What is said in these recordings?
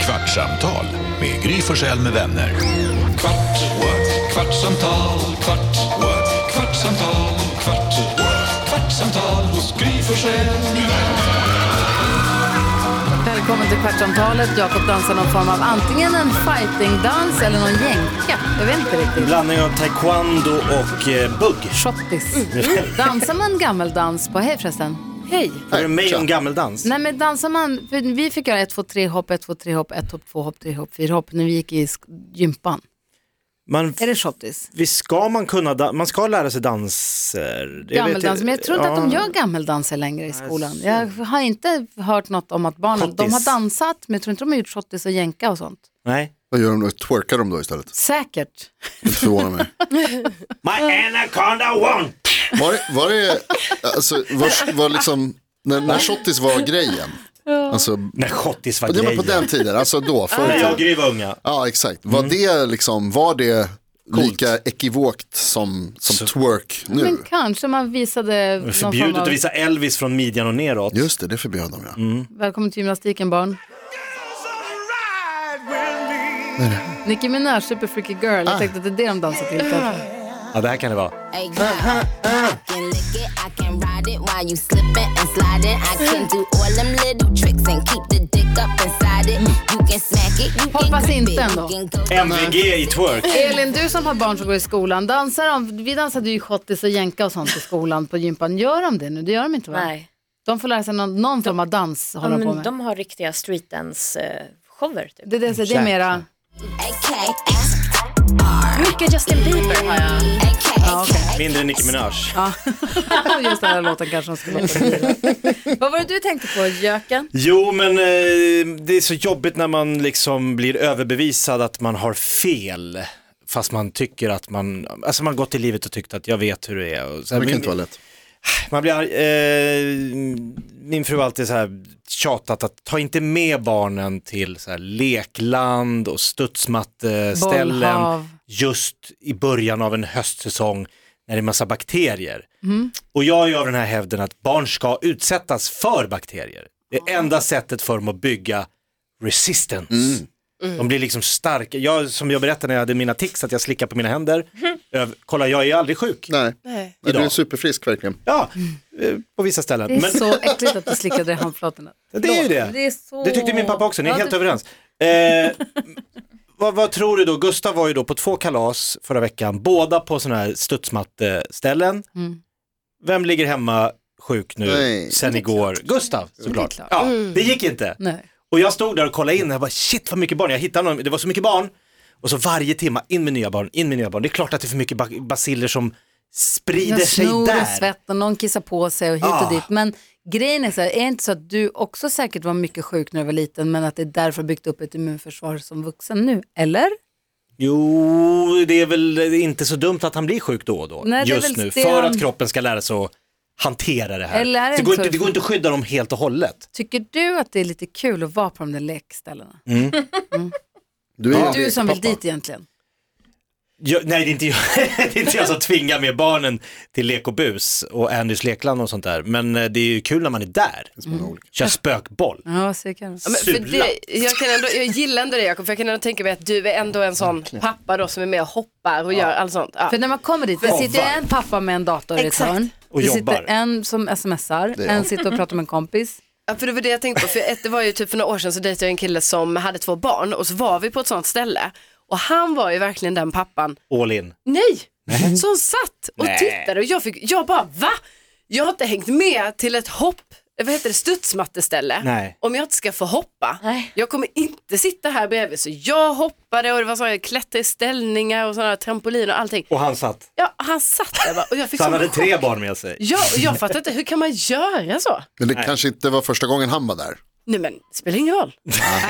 Kvartsamtal med Gry Forssell med vänner. Kvart, what? kvartsamtal, kvart, what? kvartsamtal, kvart, what? kvartsamtal hos Gry Forssell med vänner. Välkommen till Kvartsamtalet. Jakob dansar någon form av antingen en fightingdans eller någon jänka. Jag vet inte En riktigt. Blandning av taekwondo och eh, bugg. Shottis. Mm. Dansar man gammeldans på... Hej förresten. Hej. Är det mig om gammeldans? Nej men dansar man... För vi fick göra 1, 2, 3 hopp, 1, 2, 3 hopp, 1 hopp, 2 hopp, 3 hopp, 4 hopp när vi gick i sk- gympan. Man, Är det shottis? visst ska man kunna, da- man ska lära sig danser. Jag vet Gammeldans, inte- men jag tror inte att de ja. Alltså. gör gammeldanser längre i skolan. Jag har inte hört något om att barnen, de Schottis. har dansat, men jag tror inte de har gjort shottis och jänka och sånt. Nej. Vad gör de då? Twerkar de då istället? Säkert. Inte förvånar mig. My anaconda one! Var det, var det alltså, var, var liksom, när, när shottis var grejen? Alltså, När schottis var det var grejen. på den tiden, alltså då, förr När i jag och tiden. Gry var unga. Ja, exakt. Mm. Var det liksom, var det lika ekivokt som, som twerk nu? Men kanske man visade någon form Förbjudet av... att visa Elvis från midjan och neråt. Just det, det förbjöd de Mm. ja. Välkommen till gymnastiken barn. Nicki Minaj, Super Freaky Girl. Ah. Jag tänkte att det är det de dansar till. kanske. Ja, det här kan det vara. Hey, girl. I can lick it, I can ride it while you slipping and sliding. I can do all them little tricks and keep the dick up inside it. You can smack it, you can Hoppas grip it, inte you ändå. can go MVG i twerk. Elin, du som har barn som går i skolan, dansar de, vi dansade ju schottis och jänka och sånt i skolan på gympan. Gör de det nu? Det gör de inte va? Nej, De får lära sig någon, någon form av dans håller ja, de på men med. de har riktiga streetdance-shower. Typ. Det, är det, jag säger, det är mera... AK, Mycket Justin Bieber har jag. AK, Mindre Nicki Minaj. Just den här låten kanske de skulle låta bli. Vad var det du tänkte på, Jöken? Jo, men eh, det är så jobbigt när man liksom blir överbevisad att man har fel. Fast man tycker att man, alltså man har gått i livet och tyckt att jag vet hur det är. Och så här, Det kan men- inte vara lätt. Man blir arg, eh, min fru har alltid så här tjatat att ta inte med barnen till så här lekland och Bollhav. studsmatteställen just i början av en höstsäsong när det är massa bakterier. Mm. Och jag är ju av den här hävden att barn ska utsättas för bakterier. Det är enda sättet för dem att bygga resistance. Mm. De blir liksom starka. Jag, som jag berättade när jag hade mina tics att jag slickar på mina händer. Mm. Öv, kolla, jag är aldrig sjuk. Nej, Nej du är Idag. superfrisk verkligen. Ja, eh, på vissa ställen. Det är Men- så äckligt att du slickade i handflatorna. det är ju det. Det är så... Det tyckte min pappa också, ni är Ja, helt det- överens. Eh, vad, vad tror du då? Gustav var ju då på två kalas förra veckan, båda på sådana här studsmatteställen. Mm. Vem ligger hemma sjuk nu Nej. sen igår? Gustav såklart. klart. Mm. Ja, det gick inte. Nej. Och jag stod där och kollade in, jag bara shit vad mycket barn, jag hittade någon, det var så mycket barn. Och så varje timme, in med nya barn, in med nya barn. Det är klart att det är för mycket ba- basiller som sprider Jag sig snor där. och svett och någon kissar på sig och hit Ah. och dit. Men grejen är så här, är det inte så att du också säkert var mycket sjuk när du var liten men att det är därför byggt upp ett immunförsvar som vuxen nu? Eller? Jo, det är väl inte så dumt att han blir sjuk då och då Nej, det är just väl nu det för han- att kroppen ska lära sig att hantera det här. Eller är det det, går inte inte, så- det går inte att skydda dem helt och hållet. Tycker du att det är lite kul att vara på de där lekställena? Mm. Du är ju Du som vill lekpappa. dit egentligen. Jag, nej, det är, inte jag, det är inte jag som tvingar med barnen till lek och bus och Andys lekland och sånt där. Men eh, det är ju kul när man är där. Mm. Kör spökboll. Ja, vad säger Karin? Ja, men för Sula. det, jag, kan ändå, jag gillar ändå det Jakob, för jag kan ändå tänka mig att du är ändå en sån pappa då som är med och hoppar och gör allt sånt. Ja. För när man kommer dit, det sitter Showar. en pappa med en dator i ett Exakt. hörn. Och det jobbar. sitter en som smsar, är en jag. sitter och pratar med en kompis. Ja, för det var det jag tänkte på, för ett, det var ju typ för några år sedan så dejtade jag en kille som hade två barn och så var vi på ett sånt ställe och han var ju verkligen den pappan, All in. nej, som satt och Nej. tittade och jag fick, jag bara va? Jag har inte hängt med till ett hopp, vad heter det, studsmatteställe Nej. om jag inte ska få hoppa. Nej. Jag kommer inte sitta här bredvid så jag hoppade och det var så jag klättrade i ställningar och sådana trampoliner och allting. Och han satt. Ja, han satt där bara och jag fick Så han sån hade tre chock. barn med sig. Ja, och jag fattar inte, hur kan man göra så? Men det kanske inte var första gången han var där. Nej men, det spelar ingen roll.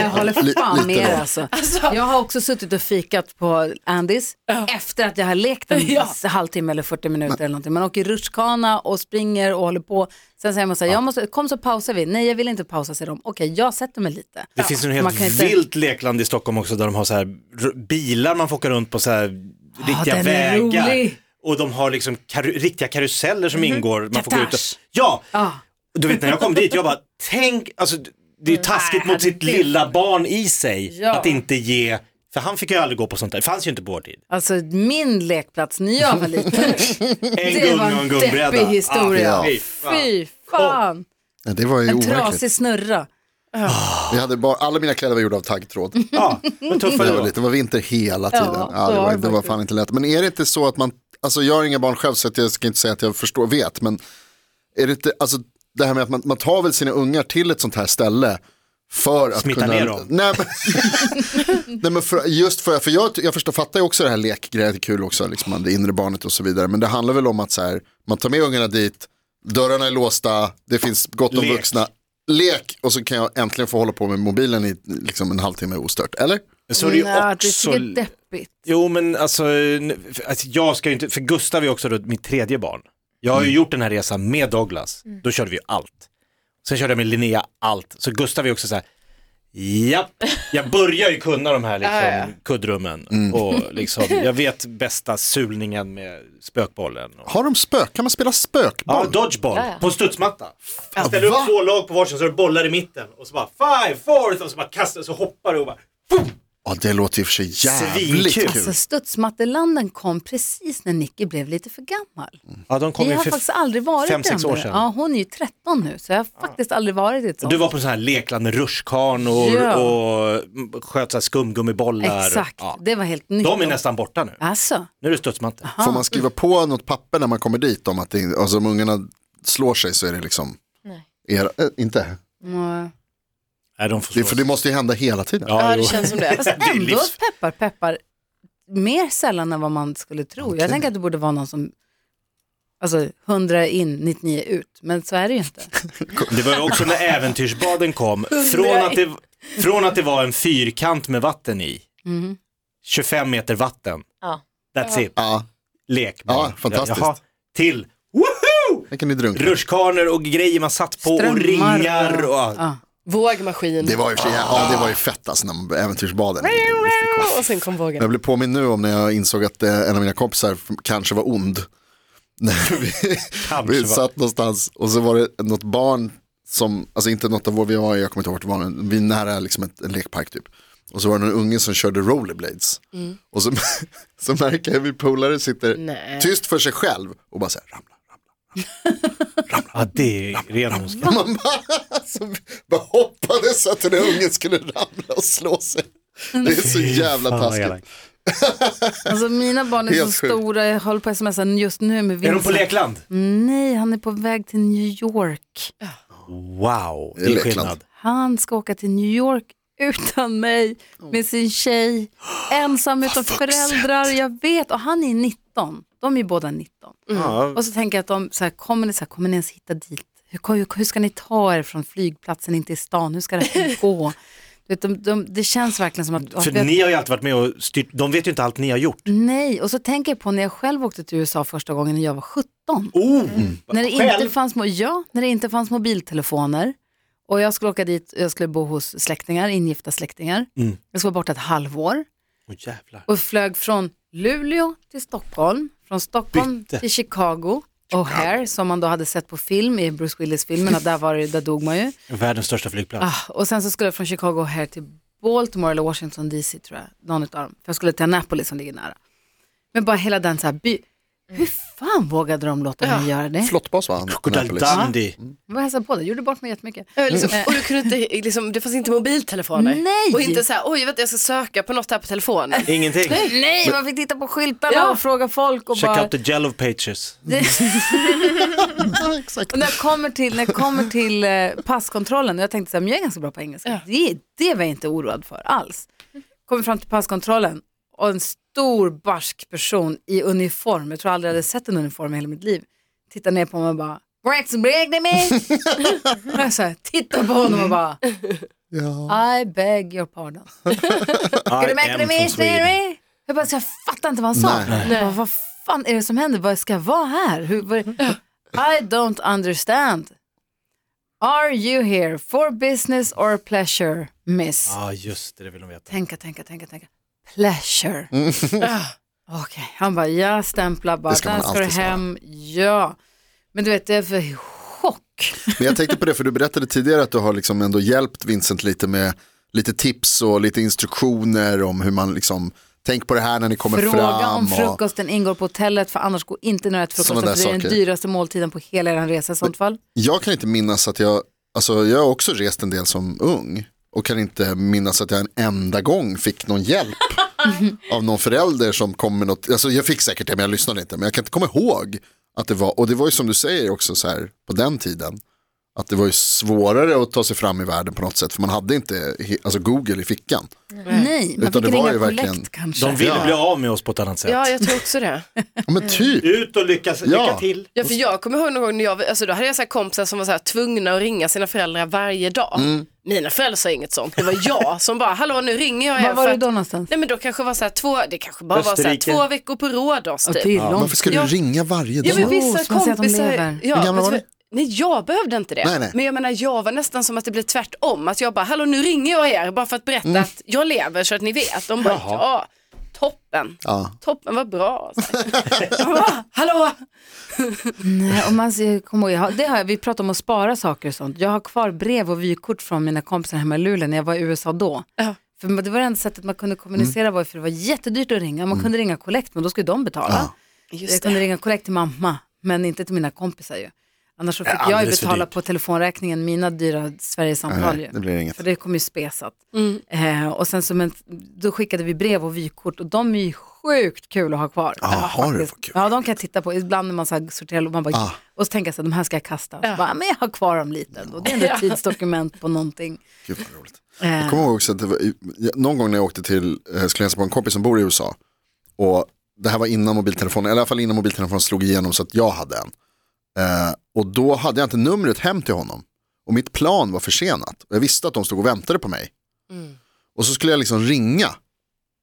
Jag håller Li- fan lite med er då. alltså. Alltså. Jag har också suttit och fikat på Andys efter att jag har lekt en Ja. s- halvtimme eller 40 minuter eller någonting. Man åker rutschkana och springer och håller på. Sen säger man så här, jag måste, kom så pausar vi. Nej jag vill inte pausa säger de. Okej jag sätter mig lite. Det finns ju en Man helt kan inte- vilt lekland i Stockholm också där de har så här r- bilar man får åka runt på så här riktiga den är vägar. rolig. Mhm. Och de har liksom karu- riktiga karuseller som ingår. Man får gå ut och... Katash. Ja, Ah. du vet när jag kom dit, jag bara tänk, alltså det är ju taskigt Nej, mot sitt det är- lilla barn i sig Ja. att inte ge, för han fick ju aldrig gå på sånt där, det fanns ju inte på vår tid. Alltså min lekplats när jag var liten. En det gung var och en en gungbräda. deppig historia. Ah, fy fan. Fy fan. Ja, Det var ju En overkligt. trasig snurra. Vi hade bara, alla mina kläder var gjorda av taggtråd. Ja, vad tuffa Det det var, var. lite, det var vinter hela tiden. Ja, Ja, så det, var var, det det var fan inte lätt. Men är det inte så att man, alltså jag har inga barn själv så att jag ska inte säga att jag förstår, vet, men är det inte, alltså det här med att man, man tar väl sina ungar till ett sånt här ställe för att Smitta kunna... ner dem. Nej men, nej, men för, just för, för jag, jag förstår, fattar ju också det här lekgrejen, det är kul också, liksom, det inre barnet och så vidare. Men det handlar väl om att så här, man tar med ungarna dit, dörrarna är låsta, det finns gott om Lek. vuxna. Lek och så kan jag äntligen få hålla på med mobilen i liksom, en halvtimme ostört, eller? Så är det Nej, ju det också, tycker jag är deppigt. jo men alltså, n- alltså, jag ska ju inte, för Gustav är ju också då mitt tredje barn. Jag har ju gjort den här resan med Douglas, Mm. då körde vi ju allt. Sen körde jag med Linnea allt, så Gustav är ju också så här, japp, jag börjar ju kunna de här Ja, ja. liksom, kuddrummen och liksom, jag vet bästa sulningen med spökbollen. Och... Har de spök? Kan man spela spökboll? Ja, dodgeball Ja, ja. på studsmatta. Man ställer upp Va? två lag på varsin så är det bollar i mitten och så bara five, four och så bara kastar och så hoppar du och bara Ja, det låter ju för sig jävligt Svinkul. kul. Alltså studsmattelanden kom precis när Nicky blev lite för gammal. Ja, de kom Vi ju har för... faktiskt aldrig varit fem, sex där. år sedan. Ja, hon är ju 13 nu så jag har faktiskt aldrig varit i ett sånt. Du var på sån här lekland med rutschkanor Ja. och mm, sköt så här skumgummibollar. Exakt, Ja. det var helt nytt. De är nästan borta nu. Alltså, Nu är det studsmatta. Får man skriva på något papper när man kommer dit om att det, alltså, om ungarna slår sig så är det liksom Nej. era, äh, inte. mm. Nej, de får Det, för det slåss. måste ju hända hela tiden. Ja, jo. det känns som det. Alltså, Fast är ändå livs- peppar peppar mer sällan än vad man skulle tro. Jag tänker att det borde vara någon som, alltså 100 in, 99 ut, men så är det ju inte. Det var ju också när äventyrsbaden kom. Från att, det, från att det var en fyrkant med vatten i, 25 meter vatten, Ja. that's it, Ja, lek. Ja, fantastiskt. Till, woho! här kan ni drunkna. Rutschkanor och grejer man satt på och Strömmar och- ringar. Och, Ja. Vågmaskin. Det var ju för sig, ja, det var Ah. ju fett alltså när man äventyrsbaden. Och sen kom vågen. Jag blev påminn nu om när jag insåg att eh, en av mina kompisar f- kanske var ond. När vi, Kanske vi var- satt någonstans och så var det något barn som, alltså inte något av vår, vi var, jag kommer inte ihåg vart det var, men vi är nära liksom ett, en lekpark typ. Och så var det någon unge som körde rollerblades. Mm. Och så, så märker jag hur min polare sitter Nej. tyst för sig själv och bara så här, ramla. Ja, det är ren ondska. Man bara, alltså, bara hoppades att den ungen skulle ramla och slå sig. Det är så jävla Fan, vad taskigt. elakt. Alltså mina barn är så Helt sjukt. stora, jag håller på att smsa just nu med Är de på Vincent. lekland? Mm. Nej, han är på väg till New York. Wow, det Det är är lekland. skillnad. Han ska åka till New York utan mig, Oh. med sin tjej, ensam utan föräldrar, jag vet. Och han är 19, de är ju båda 19. Mm. Ja, Och så tänker jag att de, så här, kommer, ni, så här, kommer ni ens hitta dit? Hur, hur, hur ska ni ta er från flygplatsen in till stan? Hur ska det här gå? Du vet, de, de, det känns verkligen som att... För att vi har- ni har ju alltid varit med och styrt, de vet ju inte allt ni har gjort. Nej, och så tänker jag på när jag själv åkte till USA första gången när jag var 17. Oh, Mm. När det, inte själv? fanns, mo- ja, när det inte fanns mobiltelefoner och jag skulle åka dit, jag skulle bo hos släktingar, ingifta släktingar. Mm. Jag skulle vara borta ett halvår Åh, jävlar. och flög från Luleå till Stockholm, från Stockholm Bytte. till Chicago. Och här, som man då hade sett på film i Bruce Willis-filmerna, där, var det, där dog man ju. Världens största flygplats. Ah, och sen så skulle jag från Chicago och här till Baltimore eller Washington DC tror jag, någon utav dem. För jag skulle till Annapolis som ligger nära. Men bara hela den så här by... Hur fan vågade de låta mig göra det? Flottbas var han. Crocodile Annapolis. Dundee. Mm. Jag var och hälsade på det, gjorde bort mig jättemycket. Ja, Liksom, Mm. Mm. och du kunde inte, liksom, det fanns inte mobiltelefoner. Nej! Och inte så här, oj vänta jag ska söka på något här på telefonen. Ingenting. Nej, man fick titta på skyltarna Ja. och fråga folk och Check bara... out the jello pages. Och när jag kommer till, när jag kommer till eh, passkontrollen, och jag tänkte så här, men jag är ganska bra på engelska, det, det var jag inte oroad för alls. Kommer fram till passkontrollen och en stor barsk person i uniform, jag tror aldrig jag hade sett en uniform i hela mitt liv, tittar ner på mig och bara Rexbreg det mig! Och jag så här, tittar på honom och bara I beg your pardon. Ska du märka det med Sverige? Jag bara, så jag fattar inte vad han sa. Jag Bara, vad fan är det som händer? Vad ska jag vara här? Hur, vad, I don't understand. Are you here for business or pleasure, miss? Ja, ah, just det, det vill de veta. Tänka, tänka, tänka, tänka. Pleasure. ah, Okej, han bara, jag stämplar bara, Mm. Det ska där man ska du alltid svara. hem, ja. Men du vet, det är för chock. Men jag tänkte på det, för du berättade tidigare att du har liksom ändå hjälpt Vincent lite med lite tips och lite instruktioner om hur man liksom, tänk på det här när ni kommer Fråga fram. om och, frukosten ingår på hotellet för annars går inte några rätt frukost. Såna där för Det är den saker. dyraste måltiden på hela er resa i sånt fall. jag kan inte minnas att jag, alltså jag har också rest en del som ung och kan inte minnas att jag en enda gång fick någon hjälp av någon förälder som kom med något, alltså jag fick säkert det men jag lyssnade inte, men jag kan inte komma ihåg att det var, och det var ju som du säger också så här på den tiden, att det var ju svårare att ta sig fram i världen på något sätt, för man hade inte he- alltså Google i fickan. Nej, man Utan det fick var ringa ju verkligen- kollekt kanske. De ville Ja. bli av med oss på ett annat sätt. Ja, jag tror också det. Ja, men typ. Ut och lyckas, Ja. lycka till. Ja, för jag kommer ihåg någon gång när jag, alltså då hade jag så här kompisar som var så här tvungna att ringa sina föräldrar varje dag. Mm. Mina föräldrar sa inget sånt, det var jag som bara, hallå nu ringer jag Var er var för du att- då någonstans? Nej men då kanske var så här två, det kanske bara var så här Österrike. två veckor på Rhodos Ja, typ. det är långt. Varför ska du Ja. ringa varje dag? Ja, men vissa Jo, så man ser att de lever. kompisar. Ja, Hur gammal var men- du? Nej, jag behövde inte det. Nej, nej. Men jag menar, jag var nästan som att det blev tvärtom. Att jag bara, hallå nu ringer jag er bara för att berätta Mm. att jag lever så att ni vet. De bara, ja, toppen. Ja. Toppen, vad bra. Så här. jag bara, hallå! Nej, och man ser, kom ihåg, jag har- det har, jag- vi pratar om att spara saker och sånt. Jag har kvar brev och vykort från mina kompisar hemma i Luleå när jag var i USA då. Ja. För det var det enda sättet man kunde kommunicera Mm. var ju för det var jättedyrt att ringa. Man kunde ringa kollekt men då skulle de betala. Just Jag kunde ringa kollekt till mamma men inte till mina kompisar ju. Annars så fick jag ju alldeles för betala dyrt. på telefonräkningen mina dyra Sverigesamtal ju. Nej, det blir inget. För det kommer ju spesat. Eh, och sen så, men, då skickade vi brev och vykort och de är ju sjukt kul att ha kvar. Ja, har du? Faktiskt. Vad kul. Ah. Ja, de kan jag titta på. Ibland när man så här sorterar och man bara, och så tänker jag så här, de här ska jag kasta. Så bara, men jag har kvar dem lite ändå. Det är ändå ett tidsdokument på någonting. Gud vad roligt. Jag kommer ihåg också att det var, någon gång när jag åkte till, eh, skulle jag hälsa på en kompis som bor i USA. Och det här var innan mobiltelefonen, eller i alla fall innan mobiltelefonen slog igenom så att jag hade en. Eh, och då hade jag inte numret hem till honom. Och mitt plan var försenat. Och jag visste att de stod och väntade på mig. Och så skulle jag liksom ringa.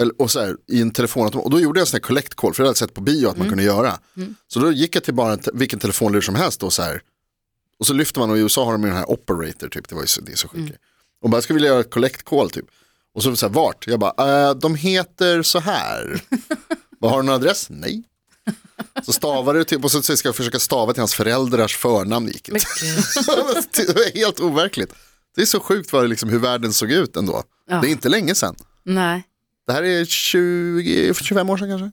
Eller, och så här, i en telefon, och då gjorde jag en sån här collect call, för det hade jag sett på bio att man kunde göra. Så då gick jag till bara en te- vilken telefonlur som helst och så här, och så lyfter man och i USA har de ju den här operator typ, det, var ju så, det är så sjukt. Och bara, jag skulle vilja göra ett collect call typ. Och så, så här, vart? Jag bara, äh, de heter så här. Vad har du någon adress? Nej. Så stavar du typ, och så så ska jag försöka stava till hans föräldrars förnamn, det gick inte. det var helt overkligt. Det är så sjukt vad, det liksom, hur världen såg ut ändå. Det är inte länge sedan. Nej. Det här är 20, 25 år sedan kanske?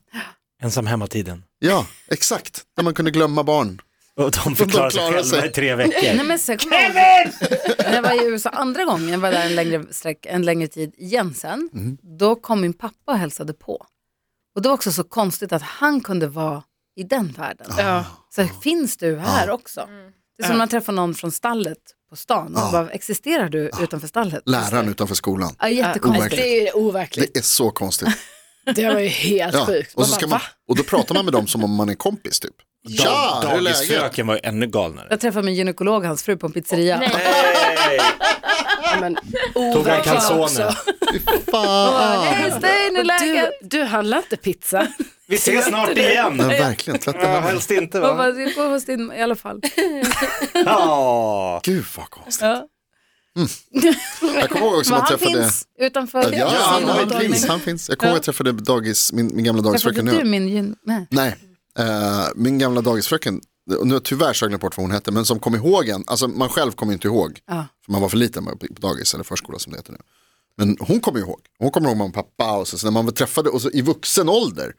Ensam hemma-tiden. Ja, exakt. När man kunde glömma barn. Och de fick klara sig klarar själva sig. i tre veckor. Nej, men sen kom jag, ihåg- när jag var i USA andra gången, jag var där en längre, sträck, en längre tid igen sen, Mm. då kom min pappa och hälsade på. Och det var också så konstigt att han kunde vara i den världen. Ah. Ja. Så här, finns du här också? Det är som när man träffar någon från stallet på stan. Ah. Och bara, existerar du utanför stallet? Läraren utanför skolan. Ja, jättekonstigt. Ah. Overkligt. Det är ju overkligt. Det är så konstigt. Det var ju helt Ja. Alltså, sjukt. Och, så Man ska bara, man, och då pratar man med dem som om man är kompis typ. Ja, hur är läget? Dagisfröken var ju ännu galnare. Jag träffade min gynekolog och hans fru på en pizzeria. "Va?" Men, Tog han overkligt kalsonen. också. Fan. Hej, nu Ah, är Du, läget? du handlar inte pizza. Vi ses snart igen. Ja, verkligen, tvätta Ja, händerna. helst inte Jag va? bara, "Vi går hos din i alla fall. Ja. Gud vad konstigt. Mm. Ja. Jag kommer ihåg också Men att han jag träffade... finns utanför. Ja, han, han Träffade finns, han finns. Jag kommer ihåg att jag träffade dagis, min, min gamla dagisfröken du nu. min gyn... Nej. Nej, eh, min gamla dagisfröken, och nu har jag tyvärr så glömt bort vad hon hette, men som kom ihåg en, alltså man själv kommer ju inte ihåg, Ja. för man var för liten på på dagis eller förskola som det heter nu. Men hon kommer ihåg, hon kommer ihåg mamma och pappa och så, så när man väl träffade och så, i vuxen ålder.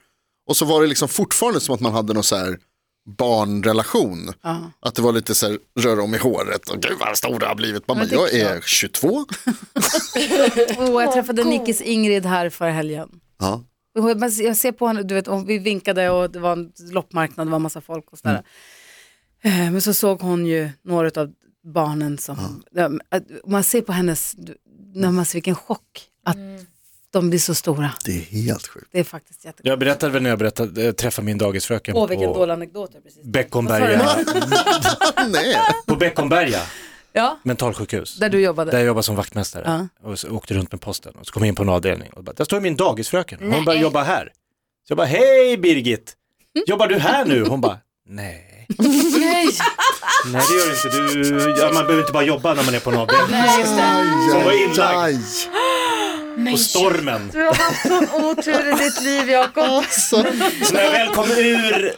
Och så var det liksom fortfarande som att man hade någon så här barnrelation. Att det var lite så här rör om i håret och gud vad stor du har blivit. Mamma, jag är 22. Oh, jag träffade Nickis Ingrid här förra helgen. Ja. Och Jag bara- jag ser på henne, du vet, och vi vinkade och det var en loppmarknad, det var en massa folk och sådär. Eh, Men så såg hon ju några av barnen som, Ja, att- och man ser på hennes, du- när man ser vilken chock att de blir så stora. Det är helt sjukt. Det är faktiskt jättekul. Jag berättade väl när jag berättade, eh, träffade min dagisfröken Åh, vilken dålig på anekdot. jag precis- Beckomberga, Nej, på Beckomberga Ja, mentalsjukhus. där du jobbade. Där jag jobbade som vaktmästare och så åkte runt med posten och så kom jag in på en avdelning och bara, där står min dagisfröken, hon bara jobbar här. Så jag bara, hej Birgit, jobbar du här nu? Hon bara, nej. Nej, Nej det gör du inte, du, ja, man behöver inte bara jobba när man är på en avdelning. aj, Som var aj, inlagd. aj. och stormen. Du har haft sån otur i ditt liv Jakob. Alltså, Så när jag väl kom ur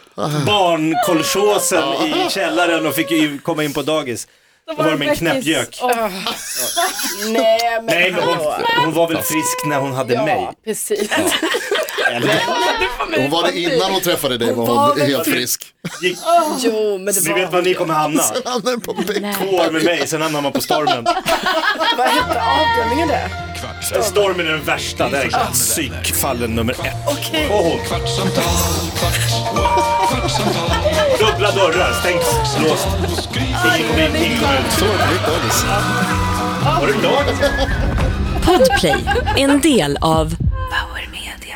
barnkolchosen i källaren och fick ju komma in på dagis, då var det med en knäppgök. Nej, men, Nej men hon, hon var väl frisk när hon hade mig. Ja, precis. Eller? hon var det innan hon träffade dig var hon helt frisk. Gick, Jo, men det ni var... vet var ni kommer hamna. Hamnade på bänk. Två år med mig, sen hamnar man på stormen. Vad hette avdelningen där? Stormen är den värsta, där är psykfallen nummer ett. Okej. Oh, Kvartsamtal, kvart, what? kvartsamtal, dubbla dörrar, stängt, låst. kvartsamtal hos Gry Forssell. Ingen kom in, ingen kom ut. Så var det mitt dagis. Var du glad? Podplay, en del av Power Media.